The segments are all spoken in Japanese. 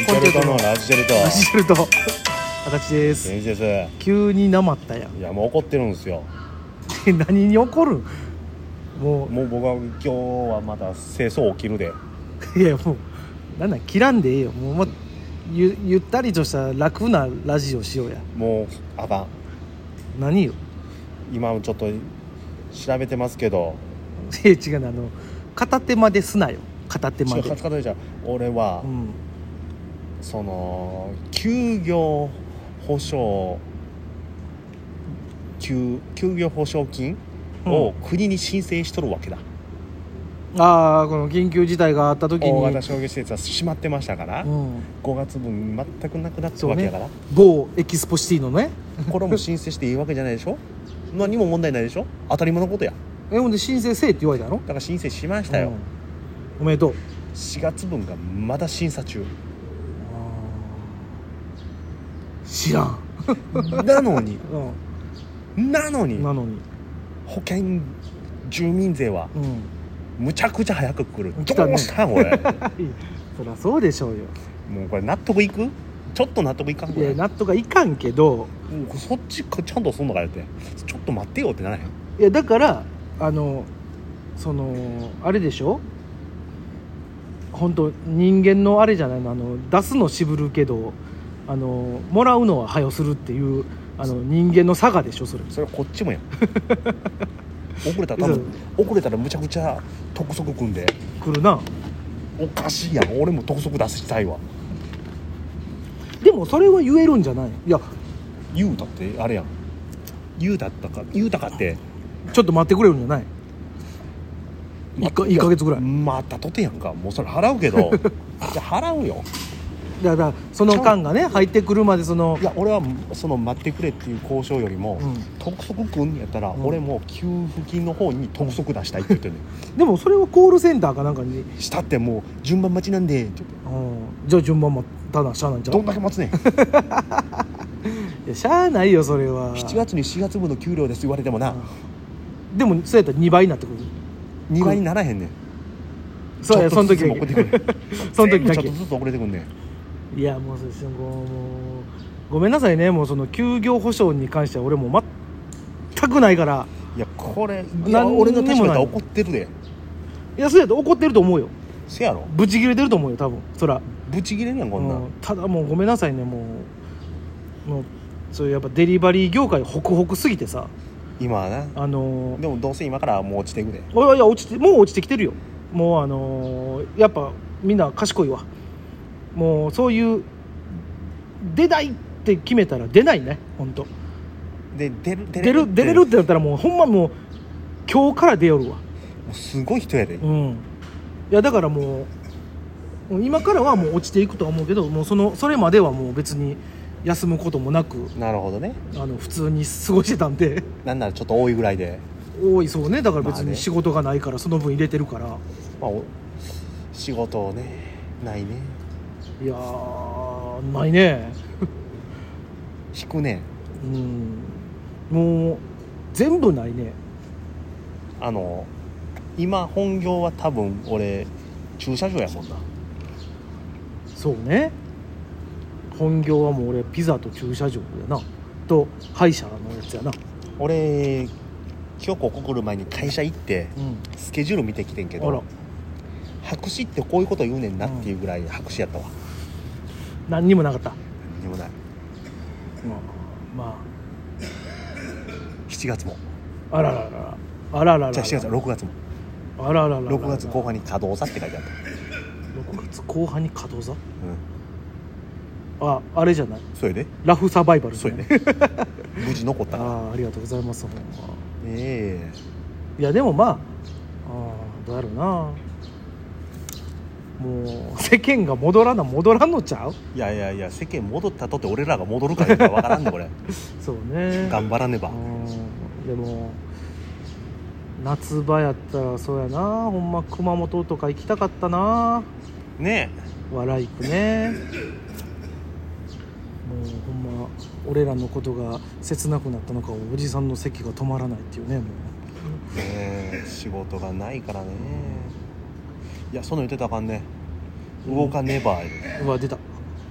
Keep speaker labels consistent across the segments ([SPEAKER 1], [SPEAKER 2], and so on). [SPEAKER 1] イカルトのラジジェルと
[SPEAKER 2] マジジェルと私です
[SPEAKER 1] レジです
[SPEAKER 2] 急になまったやん
[SPEAKER 1] いやもう怒ってるんですよ
[SPEAKER 2] 何に怒るん も
[SPEAKER 1] もう僕は今日はまた清掃起きるで
[SPEAKER 2] ういやもうなんなん切らんでええよもう、ま、ゆゆったりとした楽なラジオしようや
[SPEAKER 1] もうあかん
[SPEAKER 2] 何よ
[SPEAKER 1] 今ちょっと調べてますけど
[SPEAKER 2] いや違うなあの片手間ですなよ片手間
[SPEAKER 1] ちょ
[SPEAKER 2] で
[SPEAKER 1] カツカツでした俺は、
[SPEAKER 2] うん
[SPEAKER 1] その休業保証休休業保証金を国に申請しとるわけだ、
[SPEAKER 2] ああこの緊急事態があった時に、
[SPEAKER 1] 大
[SPEAKER 2] う
[SPEAKER 1] 型商業施設は閉まってましたから、
[SPEAKER 2] ん、
[SPEAKER 1] 5月分全くなくなった
[SPEAKER 2] そう
[SPEAKER 1] わけ
[SPEAKER 2] ね
[SPEAKER 1] だから、
[SPEAKER 2] 某エキスポシティのね
[SPEAKER 1] これも申請していいわけじゃないでしょ何も問題ないでしょ当たり前のことや
[SPEAKER 2] えほんで申請せえって言われたの
[SPEAKER 1] だから申請しましたよ、
[SPEAKER 2] うんおめでとう
[SPEAKER 1] 4月分がまだ審査中
[SPEAKER 2] 知らん、
[SPEAKER 1] なの に
[SPEAKER 2] う
[SPEAKER 1] なのに
[SPEAKER 2] ん、なのに、
[SPEAKER 1] 保険住民税は
[SPEAKER 2] うん、
[SPEAKER 1] むちゃくちゃ早く来る
[SPEAKER 2] 来たね
[SPEAKER 1] どうしたん俺
[SPEAKER 2] そりゃそうでしょうよ
[SPEAKER 1] もうこれ納得いくちょっと納得いかんこ
[SPEAKER 2] い
[SPEAKER 1] れ
[SPEAKER 2] や納得いかんけど
[SPEAKER 1] もうそっちかちゃんとすんのかよってちょっと待ってよってならへん
[SPEAKER 2] いやだからあのそのあれでしょ本当人間のあれじゃないのあの出すの渋るけどあのもらうのは早するっていうあの人間の差がでしょそれ
[SPEAKER 1] それはこっちも やん遅れたら多分遅れたらむちゃくちゃ督促組んで
[SPEAKER 2] 来るな
[SPEAKER 1] おかしいやん俺も督促出したいわ
[SPEAKER 2] でもそれは言えるんじゃないいや
[SPEAKER 1] 言うたってあれやん言うたったか言うたかって
[SPEAKER 2] ちょっと待ってくれるんじゃない
[SPEAKER 1] ま
[SPEAKER 2] 1か一ヶ月ぐらい
[SPEAKER 1] またとてやんかもうそれ払うけ どじゃあ払うよ
[SPEAKER 2] だからその間がね入ってくるまでその
[SPEAKER 1] いや俺はその待ってくれっていう交渉よりも、
[SPEAKER 2] うん
[SPEAKER 1] 督促くんやったら、
[SPEAKER 2] うん
[SPEAKER 1] 俺も給付金の方に督促出したいって言ってんね
[SPEAKER 2] でもそれはコールセンターかなんかに、
[SPEAKER 1] んしたってもう順番待ちなんでって言って
[SPEAKER 2] うん、じゃあ順番もただしゃあないんちゃう
[SPEAKER 1] どんだけ待つねん
[SPEAKER 2] いやしゃあないよそれは
[SPEAKER 1] 7月に4月分の給料です言われてもな
[SPEAKER 2] うんでもそうやったら2倍になってくる
[SPEAKER 1] 2倍にならへんねん
[SPEAKER 2] そうや
[SPEAKER 1] ちょ
[SPEAKER 2] そ
[SPEAKER 1] っ
[SPEAKER 2] の
[SPEAKER 1] と
[SPEAKER 2] 時
[SPEAKER 1] ずつも遅
[SPEAKER 2] だ
[SPEAKER 1] れてく
[SPEAKER 2] け
[SPEAKER 1] る
[SPEAKER 2] その時
[SPEAKER 1] 全
[SPEAKER 2] だ
[SPEAKER 1] 部ち
[SPEAKER 2] け
[SPEAKER 1] ょっとずつ遅れてくんねん
[SPEAKER 2] いやもうそうですよもうもうごめんなさいねもうその休業保障に関しては俺もう全くないから
[SPEAKER 1] いやこれ
[SPEAKER 2] も
[SPEAKER 1] いや俺の立場
[SPEAKER 2] な
[SPEAKER 1] で
[SPEAKER 2] い
[SPEAKER 1] 怒ってるで
[SPEAKER 2] いやそうやったら怒ってると思うよ
[SPEAKER 1] せやろ
[SPEAKER 2] ブチ切れてると思うよ多分そら
[SPEAKER 1] ブチギレんやんこんな
[SPEAKER 2] うんただもうごめんなさいねもうもうそういうやっぱデリバリー業界ホクホクすぎてさ
[SPEAKER 1] 今はな
[SPEAKER 2] あのー
[SPEAKER 1] でもどうせ今からはもう落ちていくで
[SPEAKER 2] いやいや落ちてもう落ちてきてるよもうあのーやっぱみんな賢いわもうそういう出ないって決めたら出ないね本当
[SPEAKER 1] で出る出
[SPEAKER 2] 出る出れるってなったらもうほんまもう今日から出よるわ
[SPEAKER 1] もうすごい人やで
[SPEAKER 2] うんいやだからもうもう今からはもう落ちていくとは思うけどもうそのそれまではもう別に休むこともなく
[SPEAKER 1] なるほどね
[SPEAKER 2] あの普通に過ごしてたんで
[SPEAKER 1] なんならちょっと多いぐらいで
[SPEAKER 2] 多いそうねだから
[SPEAKER 1] ま
[SPEAKER 2] 別
[SPEAKER 1] あね
[SPEAKER 2] に仕事がないからその分入れてるから、
[SPEAKER 1] まあお仕事をねないね
[SPEAKER 2] いやーないね
[SPEAKER 1] 引くね
[SPEAKER 2] うんもう全部ないね
[SPEAKER 1] あの今本業は多分俺駐車場やもんな
[SPEAKER 2] そうね本業はもう俺ピザと駐車場やなと歯医者のやつやな
[SPEAKER 1] 俺今日ここ来る前に会社行って
[SPEAKER 2] うん
[SPEAKER 1] スケジュール見てきてんけ
[SPEAKER 2] あら
[SPEAKER 1] ど白紙ってこういうこと言うねんなっていうぐらい白紙やったわ、
[SPEAKER 2] 何にもなかった
[SPEAKER 1] 何にもない
[SPEAKER 2] ま
[SPEAKER 1] 7月も
[SPEAKER 2] ああらららあらららら
[SPEAKER 1] じゃあ7月6月も
[SPEAKER 2] あらららら
[SPEAKER 1] 6月後半に稼働さって書いてあった、
[SPEAKER 2] 6月後半に稼働座
[SPEAKER 1] う
[SPEAKER 2] ああれじゃない
[SPEAKER 1] ん、そ れで
[SPEAKER 2] ラフサバイバル
[SPEAKER 1] それで無事残ったから
[SPEAKER 2] ああありがとうございますほんま
[SPEAKER 1] ええ
[SPEAKER 2] いやでもまああーどうやろうなもう世間が戻らな戻らんのちゃう
[SPEAKER 1] いやいやいや世間戻ったとって俺らが戻るかどうかわからんねこ れ
[SPEAKER 2] そうね
[SPEAKER 1] 頑張らねば
[SPEAKER 2] うんでも夏場やったらそうやなほんま熊本とか行きたかったな
[SPEAKER 1] ね
[SPEAKER 2] 笑いくねもうほんま俺らのことが切なくなったのかおじさんの席が止まらないっていうねも
[SPEAKER 1] えねえ仕事がないからねいやそんなん言ってたらあかんね動かねば
[SPEAKER 2] ううわ出た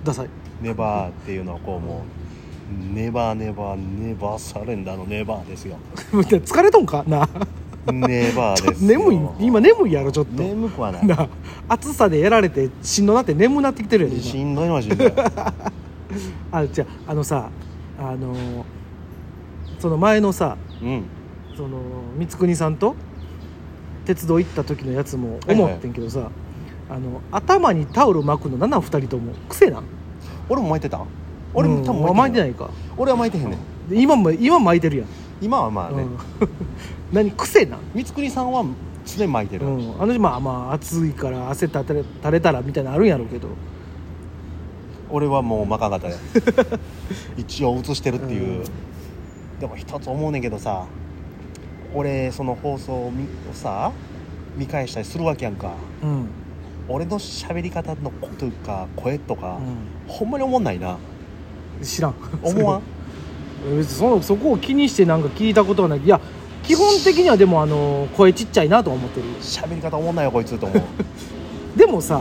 [SPEAKER 2] ダサい
[SPEAKER 1] ネバーっていうのはこうもうネバーネバーネバーサレンダーのネバーですよ
[SPEAKER 2] もうね疲れとんかな
[SPEAKER 1] ネバー
[SPEAKER 2] ちょ
[SPEAKER 1] で
[SPEAKER 2] っと
[SPEAKER 1] すよ
[SPEAKER 2] 眠い今眠いやろちょっと
[SPEAKER 1] 眠くはない
[SPEAKER 2] な暑さでやられてしんどなって眠なってきてるやん今
[SPEAKER 1] しんどいのはしんど い
[SPEAKER 2] あじゃああのさあのーその前のさ
[SPEAKER 1] うん
[SPEAKER 2] その光國さんと鉄道行った時のやつも思ってんけどさ、あの頭にタオル巻くの7二人とも癖なん
[SPEAKER 1] 俺も巻いてた俺も多分
[SPEAKER 2] うん巻いてないいか
[SPEAKER 1] 俺は巻いてへんねん
[SPEAKER 2] で今も今巻いてるやん、
[SPEAKER 1] 今はまあ
[SPEAKER 2] う
[SPEAKER 1] ね
[SPEAKER 2] ん 何癖なん
[SPEAKER 1] 光圀さんは常に巻いてる
[SPEAKER 2] うん、あの人まあまあ暑いから汗たたれ垂れたらみたいなのあるんやろうけど
[SPEAKER 1] 俺はもう巻かんかった で一応映してるっていう、
[SPEAKER 2] うん
[SPEAKER 1] でも一つ思うねんけどさ俺その放送を見をさ見返したりするわけやんか
[SPEAKER 2] うん、
[SPEAKER 1] 俺の喋り方のことか声とか、
[SPEAKER 2] う、
[SPEAKER 1] ほんまに思んないなん
[SPEAKER 2] 知らん
[SPEAKER 1] 思わん
[SPEAKER 2] 別にそのそこを気にしてなんか聞いたことはないいや基本的にはでもあの声ちっちゃいなとは思ってる
[SPEAKER 1] 喋り方思んないよこいつと思う
[SPEAKER 2] でもさ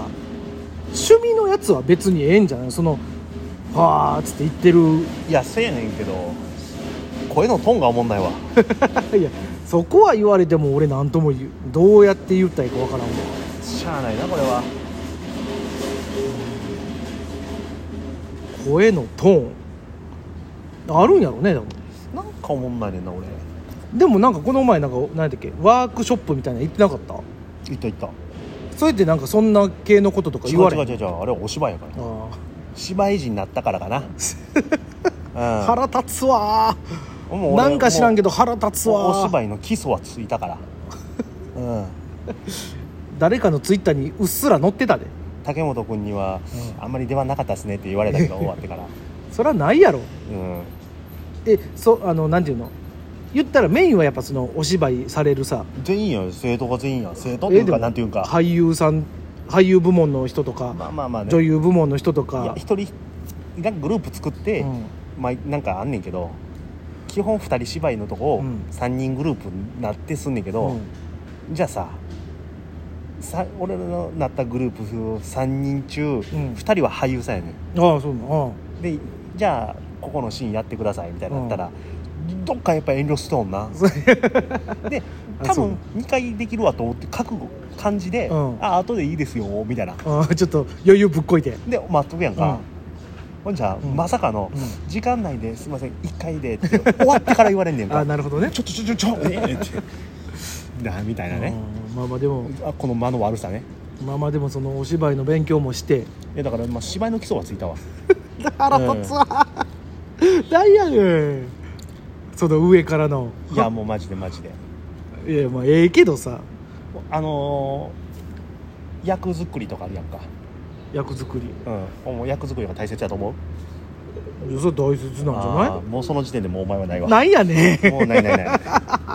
[SPEAKER 2] 趣味のやつは別にええんじゃないその「はあ」っつって言ってる
[SPEAKER 1] いやせやねんけど声のトーンが思んないわ
[SPEAKER 2] いやそこは言われても俺何とも言うどうやって言ったらいいかわからんわ
[SPEAKER 1] しゃあないなこれは
[SPEAKER 2] 声のトーンあるんやろねでも
[SPEAKER 1] なんか思んないねんな俺
[SPEAKER 2] でもなんかこの前なんか何やったっけワークショップみたいなの行ってなかった
[SPEAKER 1] いったいった
[SPEAKER 2] それってなんかそんな系のこととか
[SPEAKER 1] 違
[SPEAKER 2] 言
[SPEAKER 1] う
[SPEAKER 2] われ
[SPEAKER 1] 違う
[SPEAKER 2] へん
[SPEAKER 1] 違う違うあれはお芝居やから
[SPEAKER 2] あ
[SPEAKER 1] 芝居人になったからか な、
[SPEAKER 2] あ
[SPEAKER 1] う
[SPEAKER 2] 腹立つわ
[SPEAKER 1] ん、もう
[SPEAKER 2] ー
[SPEAKER 1] 俺
[SPEAKER 2] なんか知らんけ
[SPEAKER 1] ど
[SPEAKER 2] ど腹立つわ
[SPEAKER 1] お
[SPEAKER 2] ー
[SPEAKER 1] 芝居の基礎はついたから、うん、
[SPEAKER 2] 誰かのツイッターにうっすら載ってたで
[SPEAKER 1] 竹本君には、
[SPEAKER 2] う
[SPEAKER 1] あんまり出番なかったですねって言われたけ ど終わってから、
[SPEAKER 2] それはないやろ
[SPEAKER 1] うん、
[SPEAKER 2] えそあのなんていうの言ったらメインはやっぱそのお芝居されるさ
[SPEAKER 1] 全員よ生徒が全員や生徒っていう
[SPEAKER 2] で
[SPEAKER 1] か、
[SPEAKER 2] も
[SPEAKER 1] なんていうか、
[SPEAKER 2] 俳優さん俳優部門の人とか、
[SPEAKER 1] まあまあまあね
[SPEAKER 2] 女優部門の人と
[SPEAKER 1] いや
[SPEAKER 2] か
[SPEAKER 1] 一人なんかグループ作って、
[SPEAKER 2] うん
[SPEAKER 1] まあ、なんかあんねんけど基本2人芝居のとこを
[SPEAKER 2] うん
[SPEAKER 1] 3人グループになってすんねんけど、
[SPEAKER 2] うん
[SPEAKER 1] じゃあささ俺のなったグループ3人中、二
[SPEAKER 2] ん
[SPEAKER 1] 2人は俳優さんやね
[SPEAKER 2] ああそうなの
[SPEAKER 1] んでじゃあここのシーンやってくださいみたいになったら、どっかやっぱ遠慮しとんなで
[SPEAKER 2] あ
[SPEAKER 1] 多
[SPEAKER 2] そう
[SPEAKER 1] 分2回できるわと思って覚悟感じで、
[SPEAKER 2] うん
[SPEAKER 1] あ後でいいですよみたいな
[SPEAKER 2] あ あちょっと余裕ぶっこいて、
[SPEAKER 1] で待っとくやんか、ほんじゃ、
[SPEAKER 2] うん
[SPEAKER 1] まさかの、
[SPEAKER 2] う
[SPEAKER 1] 時間内ですいません1回でって終わってから言われんねん
[SPEAKER 2] ん、あ
[SPEAKER 1] か
[SPEAKER 2] あなるほどね
[SPEAKER 1] ちょちょちょちょええってなみたいなね、
[SPEAKER 2] うんまあまあでも
[SPEAKER 1] あこの間の悪さね
[SPEAKER 2] まあまあでもそのお芝居の勉強もして
[SPEAKER 1] えだから、まあ、芝居の基礎はついたわ
[SPEAKER 2] 腹立つわ何やねん その上からの
[SPEAKER 1] いやもうマジでマジで
[SPEAKER 2] いやまあええけどさ
[SPEAKER 1] あのー、役作りとかあるやんか
[SPEAKER 2] 役作り
[SPEAKER 1] うんもう役作りが大切やと思う
[SPEAKER 2] いやそれ大切なんじゃない
[SPEAKER 1] あーもうその時点でもうお前はないわ
[SPEAKER 2] なんやねん
[SPEAKER 1] もうないないない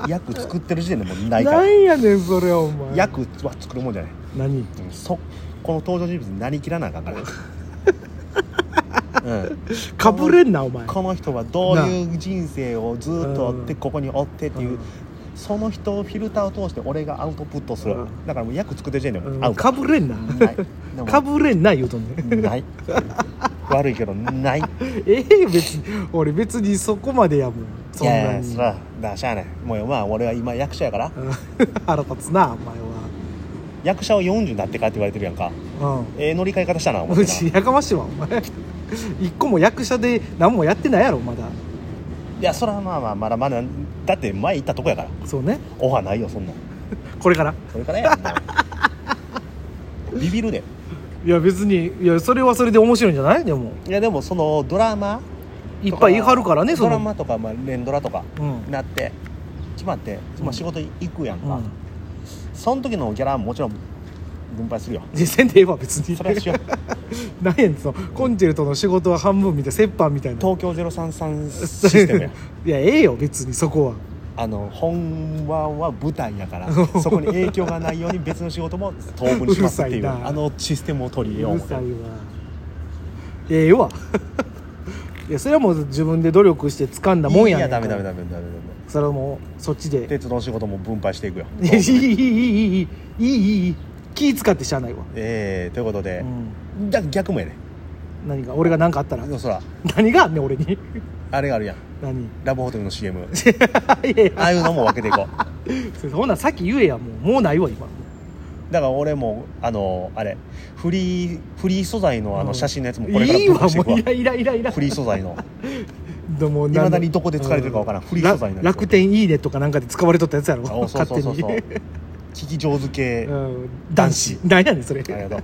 [SPEAKER 1] 役作ってる時点でもうないか
[SPEAKER 2] な
[SPEAKER 1] ら
[SPEAKER 2] んやねんそれお前
[SPEAKER 1] 役は作るもんじゃない、
[SPEAKER 2] 何
[SPEAKER 1] うん、そこの登場人物になりきらなあかんから、 うん、
[SPEAKER 2] かぶれんなお前
[SPEAKER 1] この人はどういう人生をずっと追って
[SPEAKER 2] うん
[SPEAKER 1] ここに追ってっていう、
[SPEAKER 2] うん
[SPEAKER 1] その人をフィルターを通して俺がアウトプットする、
[SPEAKER 2] うん
[SPEAKER 1] だからもう役作ってる時点でもうア
[SPEAKER 2] う
[SPEAKER 1] ウ
[SPEAKER 2] ん
[SPEAKER 1] ト、
[SPEAKER 2] かぶれんな
[SPEAKER 1] ないでも
[SPEAKER 2] かぶれんな言うとんねん
[SPEAKER 1] ない悪いけどない
[SPEAKER 2] ええ別に俺別にそこまでやもんそん
[SPEAKER 1] いやい
[SPEAKER 2] な
[SPEAKER 1] や
[SPEAKER 2] に
[SPEAKER 1] そらだしゃあないもうまあ俺は今役者やから
[SPEAKER 2] うん 腹立つなお前
[SPEAKER 1] 役者は40になってからって言われてるやんか
[SPEAKER 2] はうん
[SPEAKER 1] ええ乗り換え方したな思っ
[SPEAKER 2] う
[SPEAKER 1] てな
[SPEAKER 2] ちやかましいわお前 一個も役者で何もやってないやろまだ
[SPEAKER 1] いやそらまあまあまだまだだって前行ったとこやから
[SPEAKER 2] そうね
[SPEAKER 1] オファーないよそんなん
[SPEAKER 2] これから
[SPEAKER 1] これからやんなビビるで
[SPEAKER 2] いや別にいやそれはそれで面白いんじゃないでも
[SPEAKER 1] いやでもそのドラマ
[SPEAKER 2] いっぱい言い張るからねそ
[SPEAKER 1] ド
[SPEAKER 2] の
[SPEAKER 1] ラマとか、まあ、連ドラとか
[SPEAKER 2] うん
[SPEAKER 1] なって決まって、まあ、仕事行くやん
[SPEAKER 2] う
[SPEAKER 1] か、
[SPEAKER 2] ん
[SPEAKER 1] その時のギャラはもちろん分配するよ
[SPEAKER 2] 実践でええわ別に
[SPEAKER 1] それはしよう
[SPEAKER 2] 何やねんそのコンチェルトの仕事は半分みたいな折半みたいな
[SPEAKER 1] 東京033シ ステムや
[SPEAKER 2] いやええよ別にそこは
[SPEAKER 1] あの本話は舞台やから そこに影響がないように別の仕事も当分しますっていう
[SPEAKER 2] うるさいな
[SPEAKER 1] あのシステムを取り
[SPEAKER 2] う
[SPEAKER 1] 入れよう
[SPEAKER 2] る
[SPEAKER 1] 思って
[SPEAKER 2] さいわええわ いやそれはもう自分で努力して掴んだもん
[SPEAKER 1] い
[SPEAKER 2] やね
[SPEAKER 1] や
[SPEAKER 2] ん
[SPEAKER 1] ダ
[SPEAKER 2] から
[SPEAKER 1] メダメダメダメダメ
[SPEAKER 2] それはもうそっちで
[SPEAKER 1] 鉄道の仕事も分配していくよ
[SPEAKER 2] いやいいいいいいいいいいいいいい気使ってしゃあないわ
[SPEAKER 1] ええということで
[SPEAKER 2] う、ん
[SPEAKER 1] だ逆もやね
[SPEAKER 2] 何が俺が何かあったら
[SPEAKER 1] でもそら
[SPEAKER 2] 何があんねん俺に
[SPEAKER 1] あれがあるやん
[SPEAKER 2] 何 い
[SPEAKER 1] ラブホテルの CM
[SPEAKER 2] やいや
[SPEAKER 1] ああいうのも分けていこう
[SPEAKER 2] そんなんさっき言えやもうもうないわ今
[SPEAKER 1] だから俺もあのあれフリーフリー素材のあ
[SPEAKER 2] う
[SPEAKER 1] の
[SPEAKER 2] ん
[SPEAKER 1] 写真のやつもこれから
[SPEAKER 2] いい
[SPEAKER 1] ブッ
[SPEAKER 2] わ
[SPEAKER 1] クしていく
[SPEAKER 2] も
[SPEAKER 1] わ
[SPEAKER 2] ういらいらいらいら
[SPEAKER 1] フリー素材の
[SPEAKER 2] どうも
[SPEAKER 1] いまだにどこで使われてるかわからんフリー素材なんん
[SPEAKER 2] なの
[SPEAKER 1] ですよ
[SPEAKER 2] 楽天いいねとかなんかで使われとったやつやろ
[SPEAKER 1] あそうそう
[SPEAKER 2] 勝
[SPEAKER 1] そう
[SPEAKER 2] 手
[SPEAKER 1] そう
[SPEAKER 2] に
[SPEAKER 1] 聞き上手 系、
[SPEAKER 2] うん男子何やねんそれ
[SPEAKER 1] ありがとう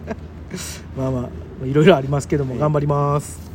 [SPEAKER 2] まあまあいろいろありますけども
[SPEAKER 1] はい
[SPEAKER 2] 頑張ります